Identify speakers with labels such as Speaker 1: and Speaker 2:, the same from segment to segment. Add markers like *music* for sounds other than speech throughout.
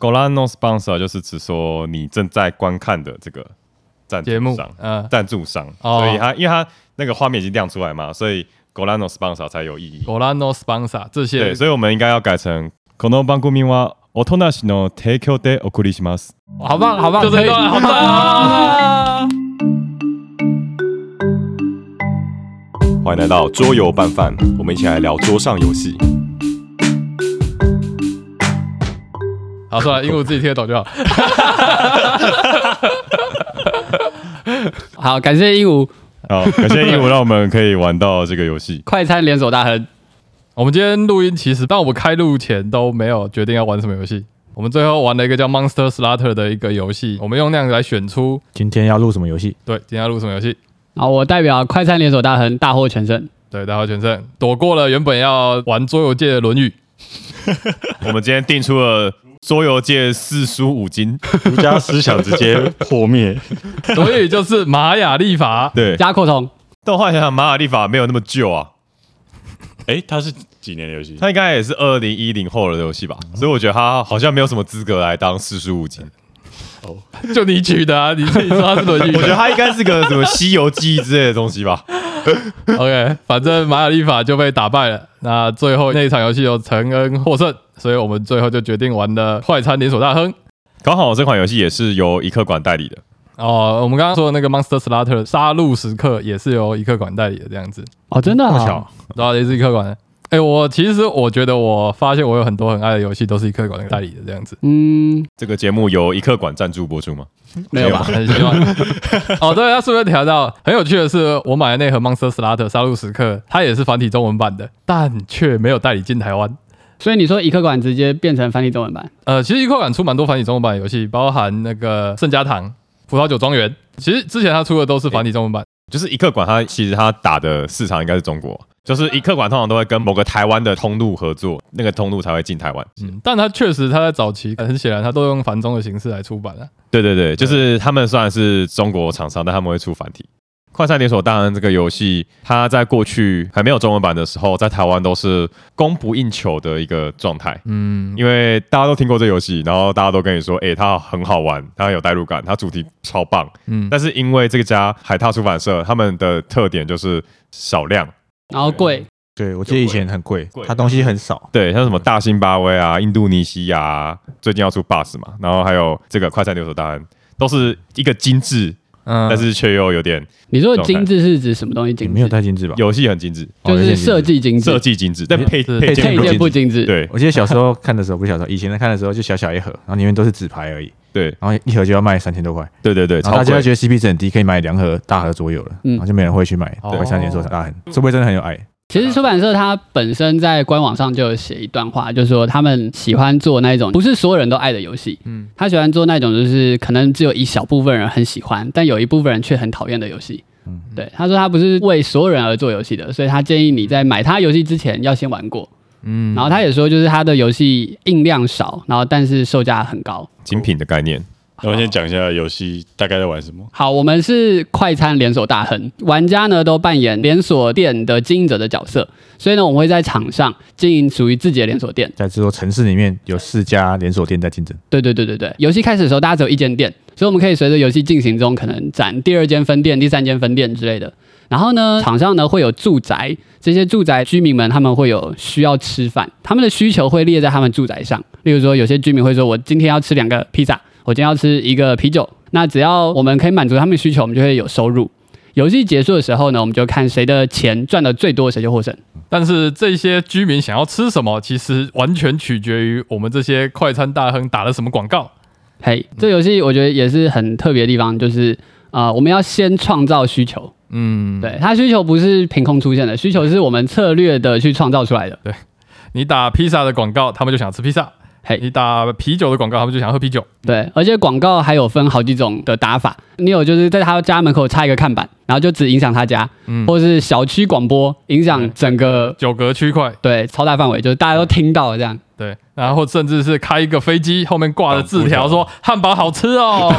Speaker 1: Golano sponsor 就是指说你正在观看的这个赞
Speaker 2: 节
Speaker 1: 助
Speaker 2: 目
Speaker 1: 商，，
Speaker 2: 嗯
Speaker 1: 赞助商，
Speaker 2: 哦
Speaker 1: 所以它因为它那个画面已经亮出来嘛，所以 Golano sponsor 才有意义。
Speaker 2: ，Golano sponsor 这些
Speaker 1: 对，所以我们应该要改成この番組は大人しの提供でお送りします。
Speaker 2: 好
Speaker 1: 嗯
Speaker 2: 棒，好棒，就这段，好棒、
Speaker 1: 欢迎来到桌游拌饭，我们一起来聊桌上游戏。
Speaker 2: *laughs* 好，算了，因为我自己听得懂就好。
Speaker 3: 好，感谢一五
Speaker 1: 好，感谢鹦鹉让我们可以玩到这个游戏。
Speaker 3: 快餐联手大亨，
Speaker 2: 我们今天录音其实，但我们开录前都没有决定要玩什么游戏。我们最后玩了一个叫 Monster Slatter 的一个游戏，我们用那样子来选出
Speaker 4: 今天要录什么游戏？
Speaker 2: 对今天要录什么游戏。
Speaker 3: 好，我代表快餐联手大亨大获全胜。
Speaker 2: 对，大获全胜，躲过了原本要玩桌游界的《论语》。
Speaker 1: *laughs* 我们今天定出了桌游界四书五经，
Speaker 5: 儒家思想直接破灭。
Speaker 2: 《论语》就是玛雅历法，
Speaker 1: 对。
Speaker 3: 加扩充，
Speaker 1: 但我后来想想，玛雅历法没有那么旧啊，
Speaker 5: 哎，它是几年的游戏？
Speaker 1: 它应该也是二零一零后的游戏吧，所以我觉得它好像没有什么资格来当四书五经。
Speaker 2: 就你取的啊，你自己说它是《论
Speaker 1: *laughs* *laughs*
Speaker 2: 语
Speaker 1: 我觉》得它应该是个什么《西游记》之类的东西吧。
Speaker 2: *laughs* OK，反正玛雅历法就被打败了。那最后那一场游戏由陈恩获胜，所以我们最后就决定玩了快餐连锁大亨。
Speaker 1: *laughs* 刚好这款游戏也是由一客馆代理的，
Speaker 2: 哦，我们刚刚说的那个 Monster Slatter 杀戮时刻也是由一客馆代理的这样子，
Speaker 3: 哦，真的
Speaker 4: 么
Speaker 3: 好
Speaker 4: 巧，
Speaker 2: 然后也是一客馆的。哎、我其实我觉得我发现我有很多很爱的游戏都是一客馆代理的这样子，
Speaker 3: 嗯，
Speaker 1: 这个节目由一客馆赞助播出吗？
Speaker 3: 没有吧？
Speaker 2: 很喜欢。哦，对，他顺便调到很有趣的是，我买的那盒 Monster Slatter 杀戮时刻，它也是繁体中文版的，但却没有代理进台湾。
Speaker 3: 所以你说一客馆直接变成繁体中文版，
Speaker 2: 呃，其实一块版出蛮多繁体中文版的游戏，包含那个《圣家堂》《葡萄酒庄园》。其实之前他出的都是繁体中文版，
Speaker 1: 就是一客馆，它其实它打的市场应该是中国，就是一客馆通常都会跟某个台湾的通路合作，那个通路才会进台湾。
Speaker 2: 嗯，但他确实他在早期很显然他都用繁中的形式来出版了、
Speaker 1: 对对对，就是他们虽然是中国厂商，但他们会出繁体。快餐连锁大亨这个游戏，它在过去还没有中文版的时候，在台湾都是供不应求的一个状态。
Speaker 2: 嗯，
Speaker 1: 因为大家都听过这游戏，然后大家都跟你说，诶，它很好玩，它有代入感，它主题超棒。
Speaker 2: 嗯
Speaker 1: 但是因为这家海踏出版社，他们的特点就是少量，
Speaker 3: 然后贵，
Speaker 4: 对，我记得以前很贵
Speaker 1: 贵，
Speaker 4: 它东西很少。
Speaker 1: 对，像什么嗯大辛巴威啊、印度尼西亚、啊，最近要出 Bus 嘛，然后还有这个快餐留守大案，都是一个精致，
Speaker 2: 嗯
Speaker 1: 但是却又有点
Speaker 3: 你说的精致是指什么东西
Speaker 4: 也
Speaker 3: 精
Speaker 4: 没有
Speaker 3: 致？
Speaker 4: 太精致吧？
Speaker 1: 游戏很精致，
Speaker 4: 哦
Speaker 3: 就是设，
Speaker 4: 有点精
Speaker 3: 计精
Speaker 4: 致
Speaker 3: 致
Speaker 1: 设，计精致，但配
Speaker 2: 是
Speaker 1: 配件
Speaker 3: 配
Speaker 1: 不
Speaker 3: 件
Speaker 1: 精
Speaker 3: 不精致。
Speaker 1: 对
Speaker 4: 我记得小时候看的时候，不是小时候，以前看的时候就小小一盒，然后里面都是纸牌而已，
Speaker 1: 对
Speaker 4: 然后一盒就要卖三千多块，
Speaker 1: 对对对，
Speaker 4: 然后
Speaker 1: 超
Speaker 4: 大家
Speaker 1: 贵
Speaker 4: 就觉。得 CP 值很低，可以买两盒大盒左右了，
Speaker 3: 嗯
Speaker 4: 然后就没人会去买
Speaker 2: 哦
Speaker 4: 快餐连锁大亨，会不会真的很有爱？
Speaker 3: 其实出版社它本身在官网上就有写一段话，就是说他们喜欢做那种不是所有人都爱的游戏，
Speaker 2: 嗯
Speaker 3: 嗯，他喜欢做那种就是可能只有一小部分人很喜欢，但有一部分人却很讨厌的游戏。
Speaker 4: 嗯
Speaker 3: 对，他说他不是为所有人而做游戏的，所以他建议你在买他游戏之前要先玩过。
Speaker 2: 嗯
Speaker 3: 然后他也说，就是他的游戏印量少，然后但是售价很高。
Speaker 1: 精品的概念，
Speaker 5: 那我先讲一下游戏大概在玩什么。
Speaker 3: 好，我们是快餐连锁大亨，玩家呢都扮演连锁店的经营者的角色，所以呢，我们会在场上经营属于自己的连锁店。
Speaker 4: 在这座城市里面有四家连锁店在竞争，
Speaker 3: 对对对对对，游戏开始的时候大家只有一间店，所以我们可以随着游戏进行中，可能展第二间分店、第三间分店之类的。然后呢，场上呢会有住宅，这些住宅居民们他们会有需要吃饭，他们的需求会列在他们住宅上。例如说，有些居民会说：“我今天要吃两个披萨，我今天要吃一个啤酒。”那只要我们可以满足他们的需求，我们就会有收入。游戏结束的时候呢，我们就看谁的钱赚的最多，谁就获胜。
Speaker 2: 但是这些居民想要吃什么，其实完全取决于我们这些快餐大亨打了什么广告。
Speaker 3: 嘿，
Speaker 2: 嗯
Speaker 3: 这游戏我觉得也是很特别的地方，就是啊、呃我们要先创造需求，
Speaker 2: 嗯，
Speaker 3: 对，它需求不是凭空出现的，需求是我们策略的去创造出来的。
Speaker 2: 嗯你打披萨的广告，他们就想吃披萨；
Speaker 3: 嘿
Speaker 2: 你打啤酒的广告，他们就想喝啤酒。
Speaker 3: 对，而且广告还有分好几种的打法，你有就是在他家门口插一个看板，然后就只影响他家，
Speaker 2: 嗯
Speaker 3: 或是小区广播影响整个
Speaker 2: 九格区块，
Speaker 3: 对超大范围，就是大家都听到了这样。
Speaker 2: 对，然后甚至是开一个飞机，后面挂着字条说“汉堡好吃
Speaker 4: *laughs*
Speaker 2: 哦”，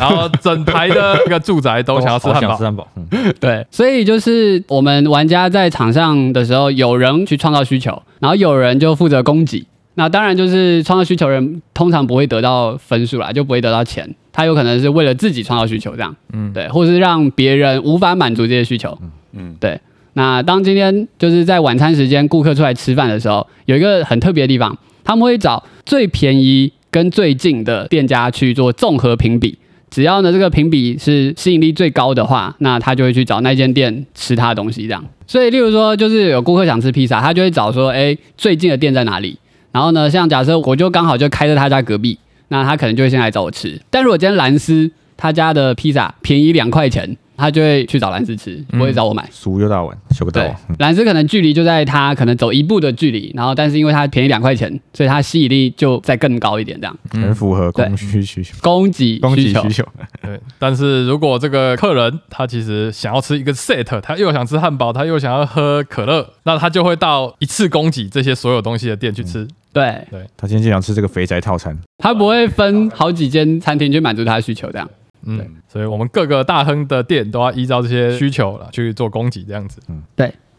Speaker 2: 然后整排的那个住宅都想要吃汉
Speaker 4: 好想
Speaker 2: 堡
Speaker 4: 吃。汉堡，嗯
Speaker 3: 对，所以就是我们玩家在场上的时候，有人去创造需求，然后有人就负责供给，那当然就是创造需求人通常不会得到分数啦，就不会得到钱，他有可能是为了自己创造需求这样，嗯，对，或是让别人无法满足这些需求，
Speaker 5: 嗯，
Speaker 3: 对。那当今天就是在晚餐时间，顾客出来吃饭的时候，有一个很特别的地方，他们会找最便宜跟最近的店家去做综合评比。只要呢这个评比是吸引力最高的话，那他就会去找那间店吃他的东西这样。所以，例如说，就是有顾客想吃披萨，他就会找说，哎，最近的店在哪里？然后呢，像假设我就刚好就开在他家隔壁，那他可能就会先来找我吃。但如果今天蓝斯他家的披萨便宜两块钱，他就会去找蓝斯吃，不会找我买。
Speaker 4: 熟又大碗，修个大
Speaker 3: 对
Speaker 4: 碗，嗯，
Speaker 3: 蓝斯可能距离就在他可能走一步的距离，然后但是因为它便宜两块钱，所以它吸引力就再更高一点，这样
Speaker 4: 很符合
Speaker 3: 对
Speaker 4: 供需需求，
Speaker 3: 供给
Speaker 4: 供
Speaker 3: 需
Speaker 4: 给
Speaker 3: 求
Speaker 4: 需求。
Speaker 2: 对，但是如果这个客人他其实想要吃一个 set，他又想吃汉堡，他又想要喝可乐，那他就会到一次供给这些所有东西的店去吃。
Speaker 3: 对，
Speaker 4: 他今天就想吃这个肥宅套餐，
Speaker 3: 他不会分好几间餐厅去满足他的需求，这样
Speaker 2: 嗯，所以我们各个大亨的店都要依照这些需求了去做供给，这样子。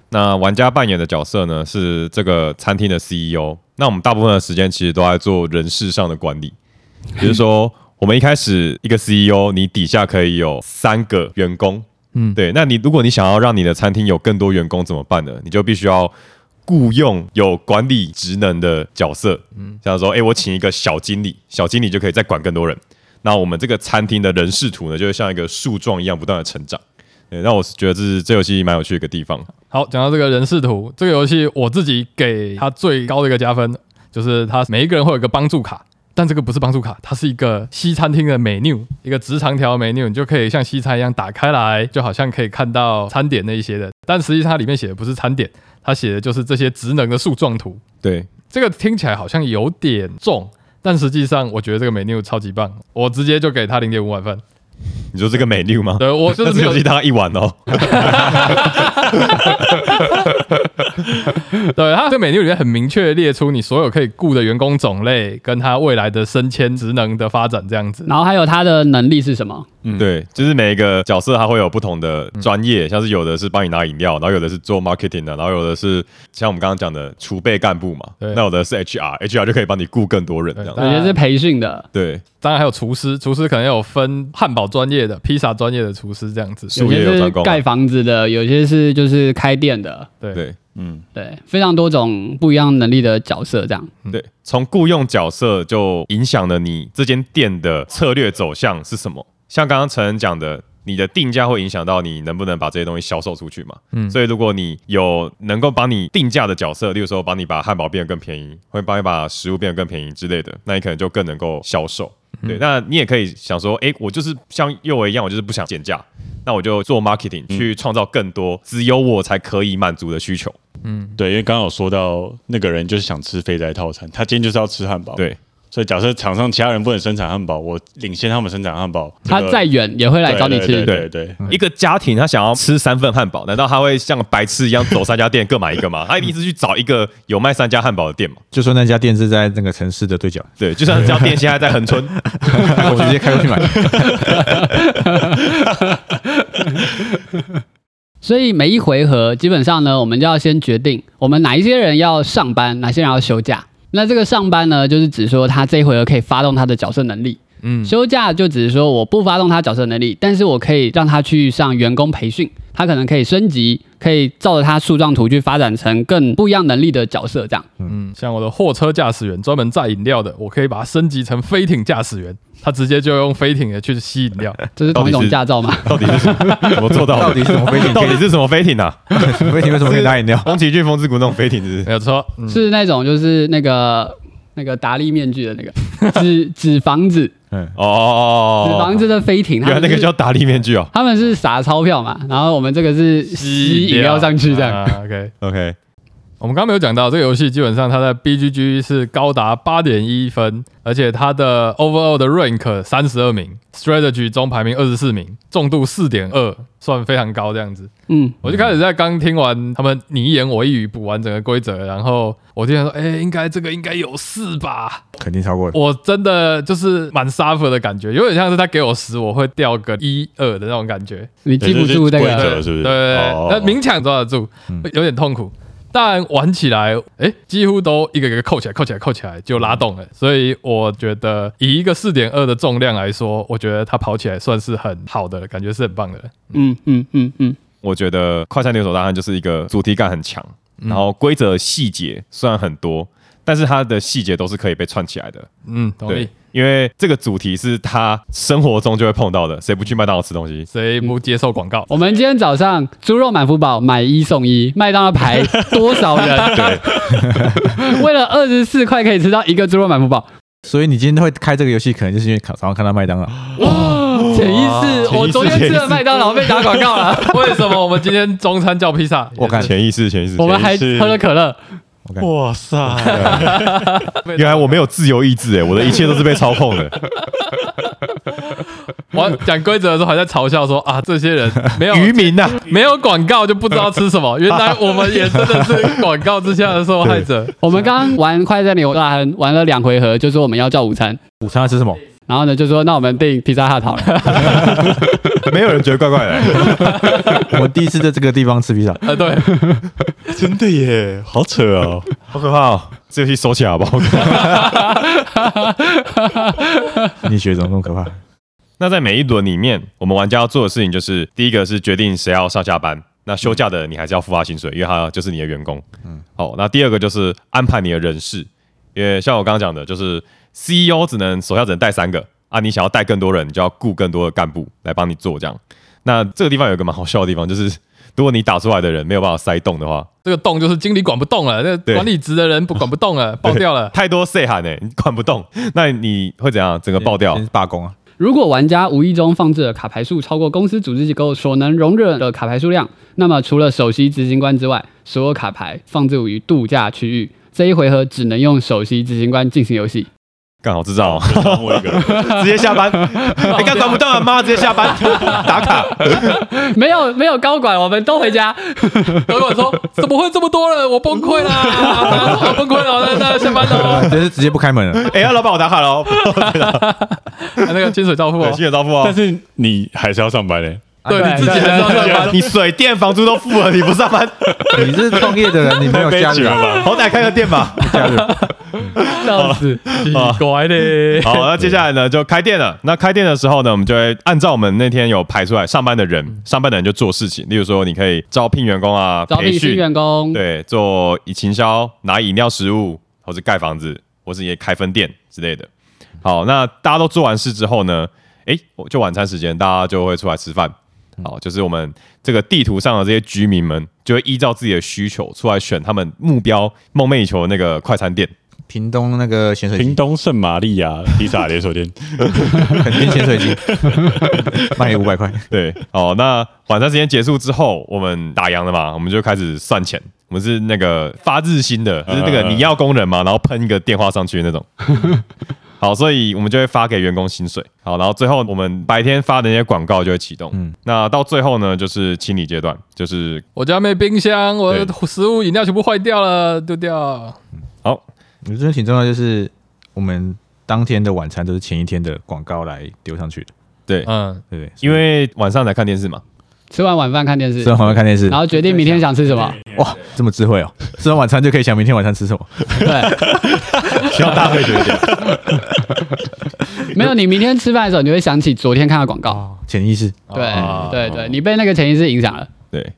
Speaker 1: 那玩家扮演的角色呢是这个餐厅的 CEO。那我们大部分的时间其实都在做人事上的管理，比如说我们一开始一个 CEO，你底下可以有三个员工，
Speaker 2: 嗯
Speaker 1: 对。那你如果你想要让你的餐厅有更多员工怎么办呢？你就必须要雇佣有管理职能的角色，嗯，像说，哎、我请一个小经理，小经理就可以再管更多人。那我们这个餐厅的人事图呢，就会像一个树状一样不断的成长。对，那我是觉得这是这游戏蛮有趣的一个地方。
Speaker 2: 好，讲到这个人视图，这个游戏我自己给它最高的一个加分，就是它每一个人会有一个帮助卡，但这个不是帮助卡，它是一个西餐厅的 menu，一个直长条 menu，你就可以像西餐一样打开来，就好像可以看到餐点那一些的，但实际上它里面写的不是餐点，它写的就是这些职能的树状图。
Speaker 1: 对，
Speaker 2: 这个听起来好像有点重，但实际上我觉得这个 menu 超级棒，我直接就给它零点五满分。
Speaker 1: 你说这个美六吗？
Speaker 2: 对我就
Speaker 1: 那
Speaker 2: 是
Speaker 1: 这
Speaker 2: 没
Speaker 1: 游
Speaker 2: 有
Speaker 1: 戏大概一碗哦。
Speaker 2: 对，它这个 menu 里面很明确地列出你所有可以雇的员工种类，跟他未来的升迁职能的发展这样子。
Speaker 3: 然后还有他的能力是什么？
Speaker 5: 嗯
Speaker 1: 对，就是每一个角色他会有不同的专业，像是有的是帮你拿饮料，然后有的是做 marketing 的，然后有的是像我们刚刚讲的储备干部嘛，
Speaker 2: 对
Speaker 1: 那有的是 HR，HR 就可以帮你雇更多人这样
Speaker 2: 对
Speaker 3: 有
Speaker 1: 子。
Speaker 2: 那
Speaker 3: 些是培训的，
Speaker 1: 对，
Speaker 2: 当然还有厨师，厨师可能有分汉堡专业的、披萨专业的厨师这样子。
Speaker 1: 是
Speaker 3: 有
Speaker 1: 术业
Speaker 3: 些
Speaker 1: 有
Speaker 3: 是
Speaker 1: 专攻啊
Speaker 3: 盖房子的，有些是就是开店的，
Speaker 2: 对
Speaker 1: 对
Speaker 5: 嗯，
Speaker 3: 对，非常多种不一样能力的角色这样。
Speaker 1: 对，从雇佣角色就影响了你这间店的策略走向是什么。像刚刚陈恩讲的，你的定价会影响到你能不能把这些东西销售出去嘛。
Speaker 2: 嗯
Speaker 1: 所以如果你有能够帮你定价的角色，例如说帮你把汉堡变得更便宜，会帮你把食物变得更便宜之类的，那你可能就更能够销售。对，那你也可以想说，诶，我就是像幼儿一样，我就是不想减价，那我就做 marketing 去创造更多只有我才可以满足的需求。
Speaker 5: 对，因为刚刚有说到那个人就是想吃肥宅套餐，他今天就是要吃汉堡，，
Speaker 1: 对，
Speaker 5: 所以假设厂商其他人不能生产汉堡，我领先他们生产汉堡，这
Speaker 3: 他
Speaker 5: 个
Speaker 3: 再远也会来
Speaker 5: 对
Speaker 3: 找你吃
Speaker 5: 对，对对，对
Speaker 1: 一个家庭他想要吃三份汉堡，难道他会像白痴一样走三家店各买一个
Speaker 4: *laughs*
Speaker 1: 吗？他一定是去找一个有卖三家汉堡的店嘛？
Speaker 4: 就说那家店是在那个城市的对角， *laughs*
Speaker 1: 对，就算这家店现在在恒春，
Speaker 4: 我直接开过 *laughs* 去买。
Speaker 3: 所以每一回合基本上呢，我们就要先决定我们哪一些人要上班，哪些人要休假。那这个上班呢，就是指说他这一回合可以发动他的角色能力；
Speaker 2: 嗯，
Speaker 3: 休假就只是说我不发动他角色能力，但是我可以让他去上员工培训，他可能可以升级，可以照着他树状图去发展成更不一样能力的角色。
Speaker 1: *laughs*
Speaker 3: 这样，
Speaker 2: 嗯像我的货车驾驶员，专门载饮料的，我可以把它升级成飞艇驾驶员，他直接就用飞艇也去吸饮料。
Speaker 3: *laughs* 这是同一
Speaker 1: 到底
Speaker 3: 种
Speaker 1: 是
Speaker 3: 驾照吗？
Speaker 1: 到底是什么怎么做到的？
Speaker 4: 到底是什么飞艇
Speaker 1: 到底是什么飞艇
Speaker 4: *laughs*
Speaker 1: 啊？
Speaker 4: 飞艇为什么可以拿饮料？
Speaker 1: 宫崎骏《风之谷》那种飞艇是不是？
Speaker 2: 没有错，嗯，
Speaker 3: 是那种就是那个那个达利面具的那个纸纸房子，
Speaker 4: 嗯，
Speaker 1: 哦哦
Speaker 3: 纸
Speaker 1: 哦
Speaker 3: 房
Speaker 1: 哦，
Speaker 3: 子的飞艇，它
Speaker 1: 原来那
Speaker 3: 就
Speaker 1: 个
Speaker 3: 是
Speaker 1: 叫打力面具哦。
Speaker 3: 他们是撒钞票嘛，然后我们这个是吸饮料上去这样。
Speaker 2: 啊 OK，
Speaker 1: OK，
Speaker 2: 我们刚刚没有讲到这个游戏，基本上它的 BGG 是高达八点一分，而且它的 overall 的 rank 三十二名，strategy 中排名二十四名，重度四点二，算非常高这样子。
Speaker 3: 嗯，
Speaker 2: 我就开始在刚听完他们你一言我一语补完整个规则，然后我就想说，哎、应该这个应该有四吧？
Speaker 4: 肯定超过的。
Speaker 2: 我真的就是蛮 suffer 的感觉，有点像是他给我十，我会掉个一二的那种感觉。
Speaker 3: 你记不住那
Speaker 5: 对对
Speaker 3: 个
Speaker 5: 对规则是不
Speaker 2: 对对
Speaker 5: 是
Speaker 2: 对
Speaker 5: 哦
Speaker 2: 那勉强抓得住，有点痛苦。但玩起来，哎、几乎都一个一个扣起来，扣起来，扣起来就拉动了。所以我觉得以一个四点二的重量来说，我觉得它跑起来算是很好的了，感觉是很棒的了。
Speaker 3: 嗯嗯嗯嗯，
Speaker 1: 我觉得《快餐连锁大汉》就是一个主题感很强，
Speaker 4: 嗯
Speaker 1: 然后规则细节虽然很多，但是它的细节都是可以被串起来的。
Speaker 2: 嗯，同
Speaker 1: 对
Speaker 2: 意。，
Speaker 1: 因为这个主题是他生活中就会碰到的，谁不去麦当劳吃东西？
Speaker 2: 谁不接受广告？
Speaker 3: 我们今天早上猪肉满福宝买一送一，麦当劳排多少 *laughs* 人？
Speaker 1: 对，
Speaker 3: *laughs* 为了二十四块可以吃到一个猪肉满福宝，
Speaker 4: 所以你今天会开这个游戏，可能就是因为早上看到麦当劳。
Speaker 3: 潜意识，我昨天吃了麦当劳被打广告 *laughs* 了，
Speaker 2: 哦为什么我们今天中餐叫披萨？
Speaker 4: 我看
Speaker 1: 潜意识，潜意识
Speaker 3: 我。们还
Speaker 5: 潜意识
Speaker 3: 喝了可乐，
Speaker 5: 哇塞，
Speaker 1: 原来我没有自由意志哎，我的一切都是被操控的。
Speaker 2: 我讲规则的时候还在嘲笑说啊，这些人没有
Speaker 1: 渔民呐，
Speaker 2: 没有广告就不知道吃什么。原来我们也真的是广告之下的受害者。
Speaker 3: 我们刚刚玩快餐牛大亨玩了两回合，就说我们要叫午餐，
Speaker 4: 午餐要吃什 *laughs* 么？
Speaker 3: 然后呢就说那我们订披萨 hut 好了，
Speaker 1: 没有人觉得怪怪的。
Speaker 4: 我第一次在这个地方吃披萨，
Speaker 2: 啊，对，
Speaker 5: 真的耶，好扯 *laughs* 哦！
Speaker 1: 好可怕哦！ *laughs* 这游戏收起来好不好？
Speaker 4: 你学怎么那么可怕？
Speaker 1: *laughs* 那在每一轮里面，我们玩家要做的事情就是，第一个是决定谁要上下班。那休假的你还是要付他薪水，因为他就是你的员工。嗯，好，那第二个就是安排你的人事，因为像我刚刚讲的，就是 CEO 只能手下只能带三个啊，你想要带更多人，你就要雇更多的干部来帮你做这样。那这个地方有一个蛮好笑的地方，就是如果你打出来的人没有办法塞洞的话，
Speaker 2: 这个洞就是经理管不动了，那个
Speaker 1: 对
Speaker 2: 管理职的人不管不动了，爆掉了。
Speaker 1: 太多 say 喊呢、你管不动，那你会怎样？整个爆掉
Speaker 4: 先？罢工 *laughs* 啊！
Speaker 3: 如果玩家无意中放置的卡牌数超过公司组织机构所能容忍的卡牌数量，那么除了首席执行官之外，所有卡牌放置于度假区域。这一回合只能用首席执行官进行游戏。 *laughs*
Speaker 1: 干好智障哦！
Speaker 5: 我一 *laughs* 个人，
Speaker 1: *laughs* 直接下班，哎，干管不动啊，妈，直接下班打卡。
Speaker 3: 没有没有高管，我们都
Speaker 2: *laughs*
Speaker 3: 回家。
Speaker 2: 高管说：“怎么会这么多人？我崩溃啦！我崩溃了，那那下班
Speaker 1: *laughs*
Speaker 2: 喽。
Speaker 4: 这是直接不开门了。
Speaker 1: 哎，那老板我打卡了哦，
Speaker 2: 啊”那个清水照付哦
Speaker 1: 对，，谢谢招呼
Speaker 5: 但
Speaker 1: 哦。
Speaker 5: 是你还是要上班欸嘞，
Speaker 2: 对
Speaker 4: 啊
Speaker 2: 你自己还是 *laughs* 要上班。
Speaker 1: *laughs* 你水电房租都付了，你不上班，
Speaker 4: 你是创业的人，你没有
Speaker 5: 太悲
Speaker 4: 家啊
Speaker 5: 剧
Speaker 4: 人 *laughs*
Speaker 5: 了
Speaker 1: *laughs*
Speaker 5: 吧？
Speaker 1: 好歹开个店吧。
Speaker 4: 家人
Speaker 3: 笑死！
Speaker 1: 哦
Speaker 2: 奇怪嘞，
Speaker 1: 好，那接下来呢就开店了。那开店的时候呢，我们就会按照我们那天有排出来上班的人，上班的人就做事情，例如说你可以招聘员工啊，
Speaker 3: 招
Speaker 1: 培
Speaker 3: 聘新
Speaker 1: 训，
Speaker 3: 员工，
Speaker 1: 对，做以行销，拿饮料、食物，或是盖房子，或是也开分店之类的。好，那大家都做完事之后呢，诶，我就晚餐时间，大家就会出来吃饭。好，就是我们这个地图上的这些居民们，就会依照自己的需求出来选他们目标梦寐以求的那个快餐店。
Speaker 4: 屏东那个咸水
Speaker 5: 屏
Speaker 4: 鸡，
Speaker 5: 东圣玛利亚披萨连锁店，
Speaker 4: 肯定咸水 *laughs* 鸡，卖你五百块。
Speaker 1: 对，好，那晚餐时间结束之后，我们打烊了嘛，我们就开始算钱。我们是那个发日薪的，就是那个
Speaker 5: 嗯嗯嗯
Speaker 1: 你要工人嘛，然后喷一个电话上去那种。
Speaker 5: *laughs*
Speaker 1: 好，所以我们就会发给员工薪水。好，然后最后我们白天发的那些广告就会启动。嗯，那到最后呢，就是清理阶段，就是
Speaker 2: 我家没冰箱，我的食物饮料全部坏掉了，丢掉。
Speaker 4: 我觉得挺重要，就是我们当天的晚餐都是前一天的广告来丢上去的，
Speaker 1: 对，
Speaker 2: 嗯，
Speaker 4: 对不对？
Speaker 1: 因为晚上才看电视嘛。
Speaker 3: 吃完晚饭看电视
Speaker 4: 吃，完晚餐看电视
Speaker 3: 然，后决定明天想吃什
Speaker 4: *laughs*
Speaker 3: 么。
Speaker 4: 哇，这么智慧 *laughs* 哦！吃完晚餐就可以想明天晚餐吃什么。
Speaker 3: 对，
Speaker 1: 希望大家会觉得，
Speaker 3: 没有你明天吃饭的时候，你会想起昨天看到广告。
Speaker 4: 潜意识，
Speaker 3: 对
Speaker 1: 啊
Speaker 2: 哦
Speaker 3: 对对，你被那个潜意识影响了。
Speaker 1: 对，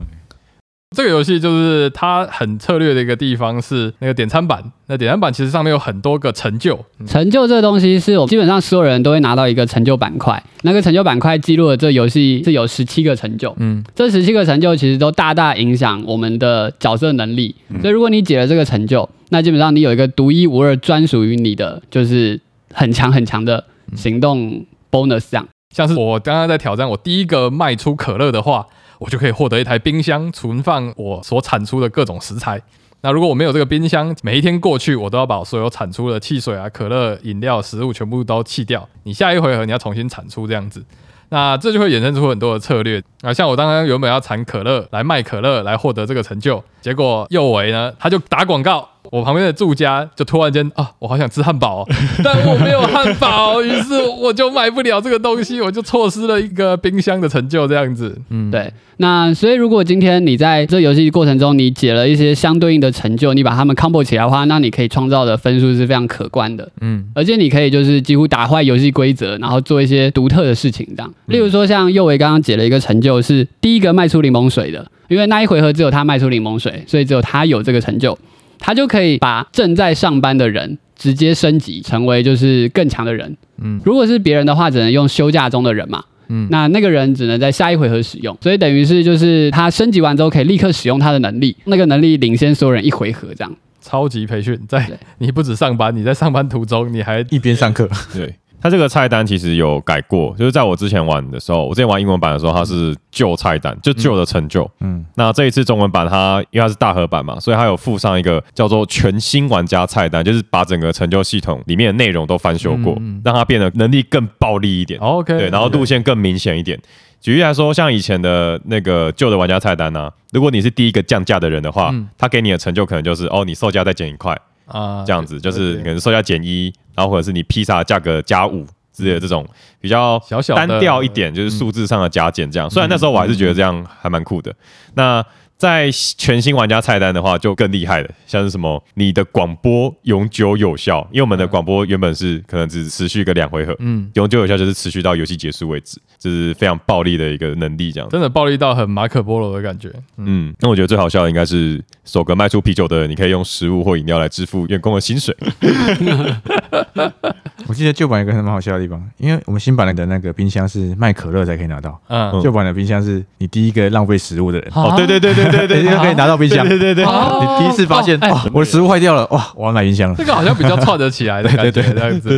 Speaker 2: 这个游戏就是它很策略的一个地方是那个点餐板，那点餐板其实上面有很多个成就，
Speaker 3: 成就这东西是我们基本上所有人都会拿到一个成就板块，那个成就板块记录了这游戏是有十七个成就，
Speaker 2: 嗯，
Speaker 3: 这十七个成就其实都大大影响我们的角色能力。所以如果你解了这个成就，那基本上你有一个独一无二、专属于你的，就是很强很强的行动 bonus 这样。
Speaker 2: 像是我刚刚在挑战，我第一个卖出可乐的话，我就可以获得一台冰箱，存放我所产出的各种食材。那如果我没有这个冰箱，每一天过去，我都要把我所有产出的汽水啊、可乐、饮料、食物全部都弃掉。你下一回合你要重新产出这样子，那这就会衍生出很多的策略啊。像我刚刚原本要产可乐来卖可乐来获得这个成就，结果右维呢他就打广告，我旁边的住家就突然间啊，我好想吃汉堡、哦，但我没有汉堡，于是我就买不了这个东西，我就错失了一个冰箱的成就，这样子。嗯，
Speaker 3: 对，那所以如果今天你在这游戏过程中，你解了一些相对应的成就，你把它们 combo 起来的话，那你可以创造的分数是非常可观的。
Speaker 2: 嗯，
Speaker 3: 而且你可以就是几乎打坏游戏规则，然后做一些独特的事情，这样。例如说，像右维刚刚解了一个成就，是第一个卖出柠檬水的，因为那一回合只有他卖出柠檬水，所以只有他有这个成就，他就可以把正在上班的人直接升级成为就是更强的人。
Speaker 2: 嗯
Speaker 3: 嗯，如果是别人的话，只能用休假中的人嘛。
Speaker 2: 嗯
Speaker 3: 嗯，那那个人只能在下一回合使用，所以等于是就是他升级完之后可以立刻使用他的能力，那个能力领先所有人一回合这样。
Speaker 2: 超级培训，在
Speaker 3: 对
Speaker 2: 你不止上班，你在上班途中你还
Speaker 4: 一边上课，
Speaker 1: 对，它这个菜单其实有改过，就是在我之前玩的时候，我之前玩英文版的时候，它是旧菜单，就旧的成就。
Speaker 4: 嗯，
Speaker 1: 那这一次中文版它因为它是大合版嘛，所以它有附上一个叫做全新玩家菜单，就是把整个成就系统里面的内容都翻修过，
Speaker 2: 嗯嗯
Speaker 1: 让它变得能力更暴力一点。
Speaker 2: 哦 OK，
Speaker 1: 对，然后路线更明显一点。举例来说，像以前的那个旧的玩家菜单呢、如果你是第一个降价的人的话，
Speaker 2: 嗯
Speaker 1: 他给你的成就可能就是哦，你售价再减一块
Speaker 2: 啊
Speaker 1: 这样子，就是
Speaker 2: 对
Speaker 1: 可能售价减一，然后或者是你披萨价格加五之类的这种比较
Speaker 2: 小小的
Speaker 1: 单调一点，就是数字上的加减这样。虽然那时候我还是觉得这样还蛮
Speaker 2: 嗯
Speaker 1: 酷的。那在全新玩家菜单的话，就更厉害了，像是什么你的广播永久有效，因为我们的广播原本是可能只持续个两回合，
Speaker 2: 嗯，
Speaker 1: 永久有效就是持续到游戏结束为止，这、是非常暴力的一个能力，这样。
Speaker 2: 真的暴力到很马可波罗的感觉。
Speaker 1: 嗯，那我觉得最好笑的应该是首个卖出啤酒的人，你可以用食物或饮料来支付员工的
Speaker 2: *laughs*
Speaker 1: 薪水。
Speaker 4: *laughs* 我记得旧版有一个很蛮好笑的地方，因为我们新版的那个冰箱是卖可乐才可以拿到，
Speaker 2: 嗯，
Speaker 4: 旧版的冰箱是你第一个浪费食物的人，
Speaker 1: 哦，对对对对对对
Speaker 4: *laughs* 对，就可以拿到冰箱。
Speaker 1: 对对对，
Speaker 4: 你第一次发现，哦哎哇，我的食物坏掉了，哇，我要买冰箱了
Speaker 2: 这。个好像比较串得起来的感觉，这样子。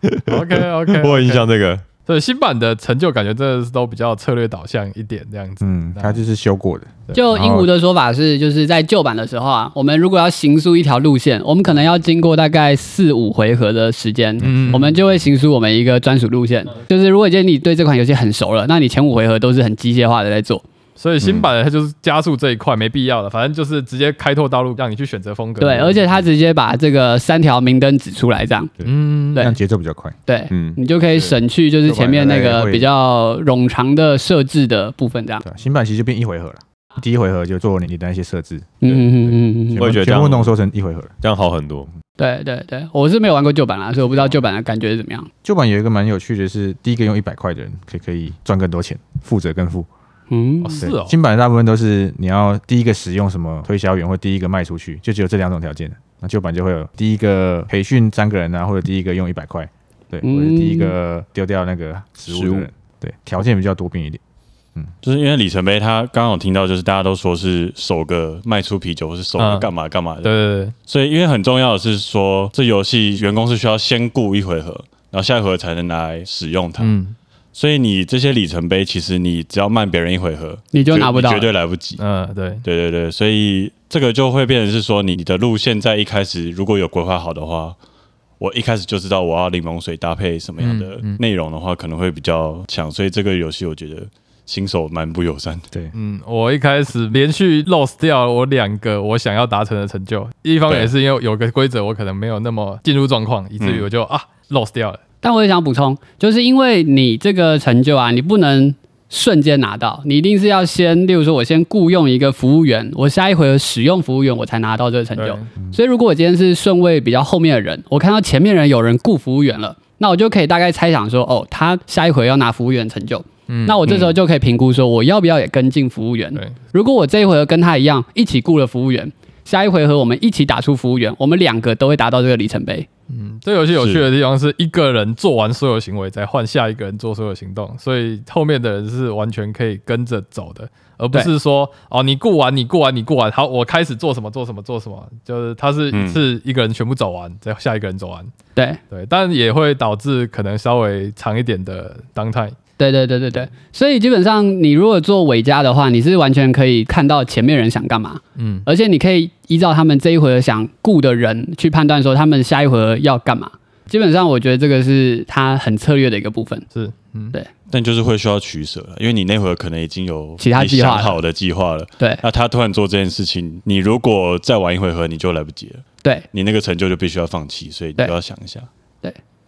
Speaker 2: 对对对，OK OK，
Speaker 1: 我有印。象这个。
Speaker 2: 对新版的成就感觉真的是都比较策略导向一点，这样子。
Speaker 4: 嗯，它就是修过的，
Speaker 3: 就鹦鹉的说法是，就是在旧版的时候啊，我们如果要行塑一条路线，我们可能要经过大概四五回合的时间，
Speaker 2: 嗯
Speaker 3: 我们就会行塑我们一个专属路线。就是如果今天你对这款游戏很熟了，那你前五回合都是很机械化的在做。
Speaker 2: 所以新版的它就是加速这一块没必要了，反正就是直接开拓道路让你去选择风格。
Speaker 3: 对，而且它直接把这个三条明灯指出来，这样
Speaker 2: 嗯，
Speaker 4: 这
Speaker 3: 对
Speaker 4: 样节奏比较快。
Speaker 3: 对，
Speaker 1: 嗯
Speaker 3: 你就可以省去就是前面那
Speaker 4: 对就把
Speaker 3: 个
Speaker 4: 那个
Speaker 3: 比较冗长的设置的部分，这样。
Speaker 4: 对啊，新版其实就变一回合了，第一回合就做你的那些设置，
Speaker 3: 嗯嗯嗯嗯嗯嗯，
Speaker 1: 我也觉得这样
Speaker 4: 全部浓缩成一回合了。
Speaker 1: 这样好很多。
Speaker 3: 对对对，我是没有玩过旧版啦，所以我不知道旧版的感觉是怎么样。
Speaker 4: 旧版有一个蛮有趣的是，第一个用一百块的人可以可以赚更多钱，负责更负。
Speaker 3: 嗯
Speaker 2: 哦，是
Speaker 4: 对
Speaker 2: 哦，
Speaker 4: 新版大部分都是你要第一个使用什么推销员或第一个卖出去，就只有这两种条件。那旧版就会有第一个培训三个人啊，或者第一个用一百块，对，
Speaker 3: 嗯
Speaker 4: 或者第一个丢掉那个食物的
Speaker 1: 食
Speaker 4: 人，对，条件比较多变一点。
Speaker 5: *laughs* 就是因为里程碑，他刚刚有听到，就是大家都说是首个卖出啤酒，或是首个
Speaker 2: 嗯
Speaker 5: 干嘛干嘛的
Speaker 2: 对，对对，
Speaker 5: 所以因为很重要的是说，这游戏员工是需要先雇一回合，然后下一回合才能拿来使用它。
Speaker 2: 嗯
Speaker 5: 所以你这些里程碑，其实你只要慢别人一回合，
Speaker 3: 你就拿不到
Speaker 5: 绝对来不及。
Speaker 2: 嗯对，
Speaker 5: 对对对，所以这个就会变成是说，你你的路线在一开始如果有规划好的话，我一开始就知道我要柠檬水搭配什么样的
Speaker 2: 嗯嗯
Speaker 5: 内容的话，可能会比较强。所以这个游戏我觉得新手蛮不友善的。 *laughs*
Speaker 4: 对，
Speaker 2: 嗯，我一开始连续 lost 掉了我两个我想要达成的成就，一方面也是因为有个规则我可能没有那么进入状况，以至于我就啊 lost 掉了。
Speaker 3: 但我也想补充，就是因为你这个成就啊，你不能瞬间拿到，你一定是要先，例如说，我先雇佣一个服务员，我下一回合使用服务员，我才拿到这个成
Speaker 2: 对
Speaker 3: 就。所以如果我今天是顺位比较后面的人，我看到前面人有人雇服务员了，那我就可以大概猜想说，哦，他下一回要拿服务员成就，
Speaker 2: 嗯
Speaker 3: 那我这时候就可以评估说，我要不要也跟进服务员？
Speaker 2: 对，
Speaker 3: 如果我这一回合跟他一样，一起雇了服务员。下一回合我们一起打出服务员，我们两个都会达到这个里程碑。
Speaker 2: 这游戏嗯有趣的地方是一个人做完所有行为，再换下一个人做所有行动，所以后面的人是完全可以跟着走的，而不是说哦，你过完，你过完，你过完，好，我开始做什么做什么做什么，就是他是一次一个人全部走完，再下一个人走完，
Speaker 3: 对，
Speaker 2: 对，但也会导致可能稍微长一点的 downtime，
Speaker 3: 对对对对对，所以基本上你如果做尾加的话，你是完全可以看到前面人想干嘛，
Speaker 2: 嗯，
Speaker 3: 而且你可以依照他们这一回合想雇的人去判断说他们下一回合要干嘛。基本上我觉得这个是他很策略的一个部分。
Speaker 2: 是，嗯，
Speaker 5: 但就是会需要取舍了，因为你那会儿可能已经有
Speaker 3: 其他
Speaker 5: 你
Speaker 3: 计划
Speaker 5: 想
Speaker 3: 了
Speaker 5: 好的计划了。
Speaker 3: 对
Speaker 5: 那他突然做这件事情，你如果再玩一回合，你就来不及了。
Speaker 3: 对
Speaker 5: 你那个成就就必须要放弃，所以你就
Speaker 3: 对
Speaker 5: 要想一下。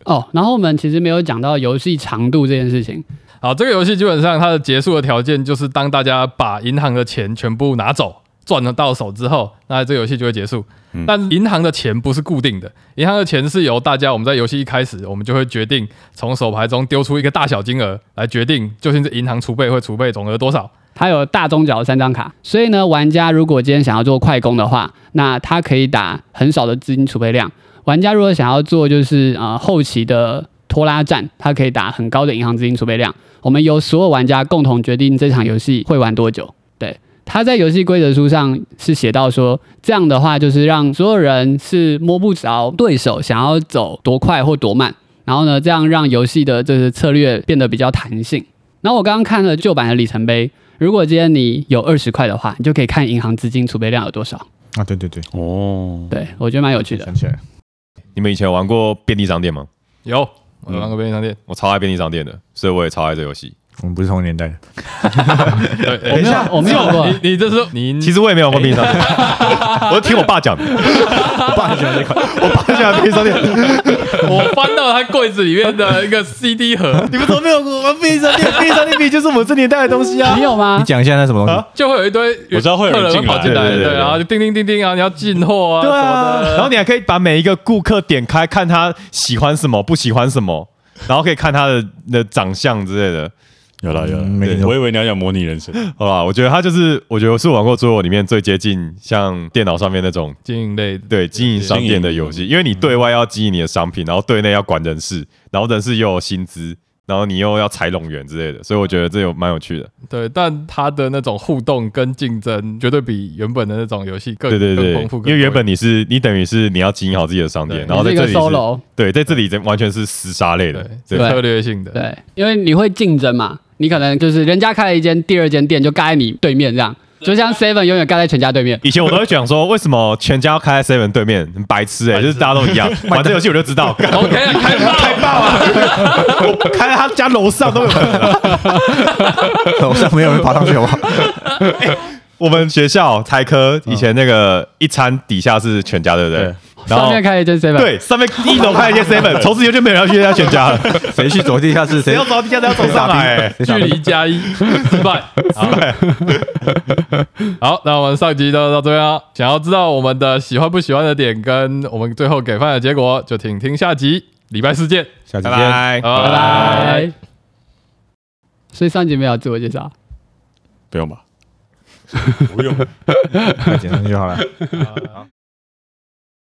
Speaker 3: 哦，然后我们其实没有讲到游戏长度这件事情，
Speaker 2: 好，这个游戏基本上它的结束的条件就是，当大家把银行的钱全部拿走，赚得到手之后，那这个游戏就会结束。但银行的钱不是固定的，银行的钱是由大家我们在游戏一开始，我们就会决定从手牌中丢出一个大小金额来决定，究竟是银行储备会储备总额多少。
Speaker 3: 它有大中小三张卡，所以呢，玩家如果今天想要做快攻的话，那他可以打很少的资金储备量；玩家如果想要做就是呃后期的拖拉战，他可以打很高的银行资金储备量。我们由所有玩家共同决定这场游戏会玩多久。对，他在游戏规则书上是写到说，这样的话就是让所有人是摸不着对手想要走多快或多慢，然后呢，这样让游戏的就是策略变得比较弹性。然后我刚刚看了旧版的里程碑，如果今天你有二十块的话，你就可以看银行资金储备量有多少。
Speaker 4: 啊，对对对，
Speaker 5: 哦，
Speaker 3: 对我觉得蛮有趣的。
Speaker 4: 想起来了，
Speaker 1: 你们以前有玩过便利商店吗？
Speaker 2: 有，我玩过便利商店，
Speaker 1: 我超爱便利商店的，所以我也超爱这游戏。
Speaker 4: 我们不是同年代的，
Speaker 2: 对，
Speaker 3: 我没有，我没有玩过。
Speaker 2: 你你这是你
Speaker 1: 其实我也没有玩过便利商 *laughs* 店，我是听我爸讲的。我爸很喜欢这款，我爸很喜欢便利商店。
Speaker 2: 我翻到他柜子里面的一个 CD 盒，
Speaker 1: 你们怎么没有玩便利商店？便利商店比就是我们这年代的东西啊
Speaker 3: 你。有吗
Speaker 4: 你？讲一下那什么东西？
Speaker 2: 就会有一堆
Speaker 5: 我知道会有人
Speaker 2: 客人
Speaker 5: 进来
Speaker 2: 跑进来，
Speaker 1: 对对对
Speaker 2: 对，
Speaker 1: 对
Speaker 2: 然后就叮叮叮叮啊，你要进货啊，
Speaker 1: 对
Speaker 2: 什
Speaker 1: 啊
Speaker 2: 么的，
Speaker 1: 然后你还可以把每一个顾客点开，看他喜欢什么，不喜欢什么，然后可以看他的的长相之类的。
Speaker 5: 有了有了
Speaker 4: 嗯没，听
Speaker 5: 对
Speaker 4: 过
Speaker 5: 我以为你要讲模拟人生，
Speaker 1: *laughs* 好吧，我觉得他就是，我觉得我是玩过桌游里面最接近像电脑上面那种
Speaker 2: 经营类的
Speaker 1: 对经营商店的游戏，因为你对外要经营你的商品，然后对内要管人事，然后人事又有薪资，然后你又要裁拢员之类的，所以我觉得这有蛮有趣的。
Speaker 2: 对，但它的那种互动跟竞争，绝对比原本的那种游戏更
Speaker 1: 对对对
Speaker 2: 更丰富，更
Speaker 1: 因为原本你是你等于是你要经营好自己的商店
Speaker 2: 对，
Speaker 1: 然后在
Speaker 3: 你
Speaker 1: 这
Speaker 3: 是
Speaker 1: 里
Speaker 3: 一
Speaker 1: 是
Speaker 3: 个 solo
Speaker 1: 对，在这里完全是厮杀类
Speaker 2: 多
Speaker 1: 的
Speaker 2: 对，是
Speaker 1: 对
Speaker 3: 对
Speaker 2: 策略性的，
Speaker 3: 对，因为你会竞争嘛，你可能就是人家开了一间第二间店就盖在你对面这样，就像 Seven 永远盖在全家对面。
Speaker 1: 以前我都会讲说，为什么全家要开在 seven 对面，很白痴哎、就是大家都一样。玩这游戏我就知道，干 *laughs*
Speaker 2: OK 啊，开炮！
Speaker 1: 太棒了！我 *laughs* 开在他家楼上都有可能。
Speaker 4: 楼上没有人爬上去好不好？
Speaker 1: 我们学校台科以前那个一餐底下是全家，对不对
Speaker 4: 对？
Speaker 1: 然
Speaker 3: 上
Speaker 1: 后
Speaker 3: 面开了一间 Seven，，
Speaker 1: 对上面一楼开了一间 seven，从此以后就没有人要去那家全家了。
Speaker 4: 谁去走地下室？
Speaker 1: 谁
Speaker 4: 谁
Speaker 1: 要走到地下，谁要走上来。欸
Speaker 4: 谁
Speaker 2: 距
Speaker 4: 傻逼
Speaker 2: 离加一，失
Speaker 1: *laughs*
Speaker 2: 败，好， *laughs* 好，那我们上集就到这边啊。想要知道我们的喜欢不喜欢的点，跟我们最后给饭的结果，就请听下集，礼拜四见，
Speaker 4: 下次
Speaker 1: 拜
Speaker 4: 见。
Speaker 1: 拜。
Speaker 2: 拜
Speaker 3: 拜拜。所以上集没有自我介绍，
Speaker 5: 不用吧？ *laughs*
Speaker 4: 快剪上去就好了。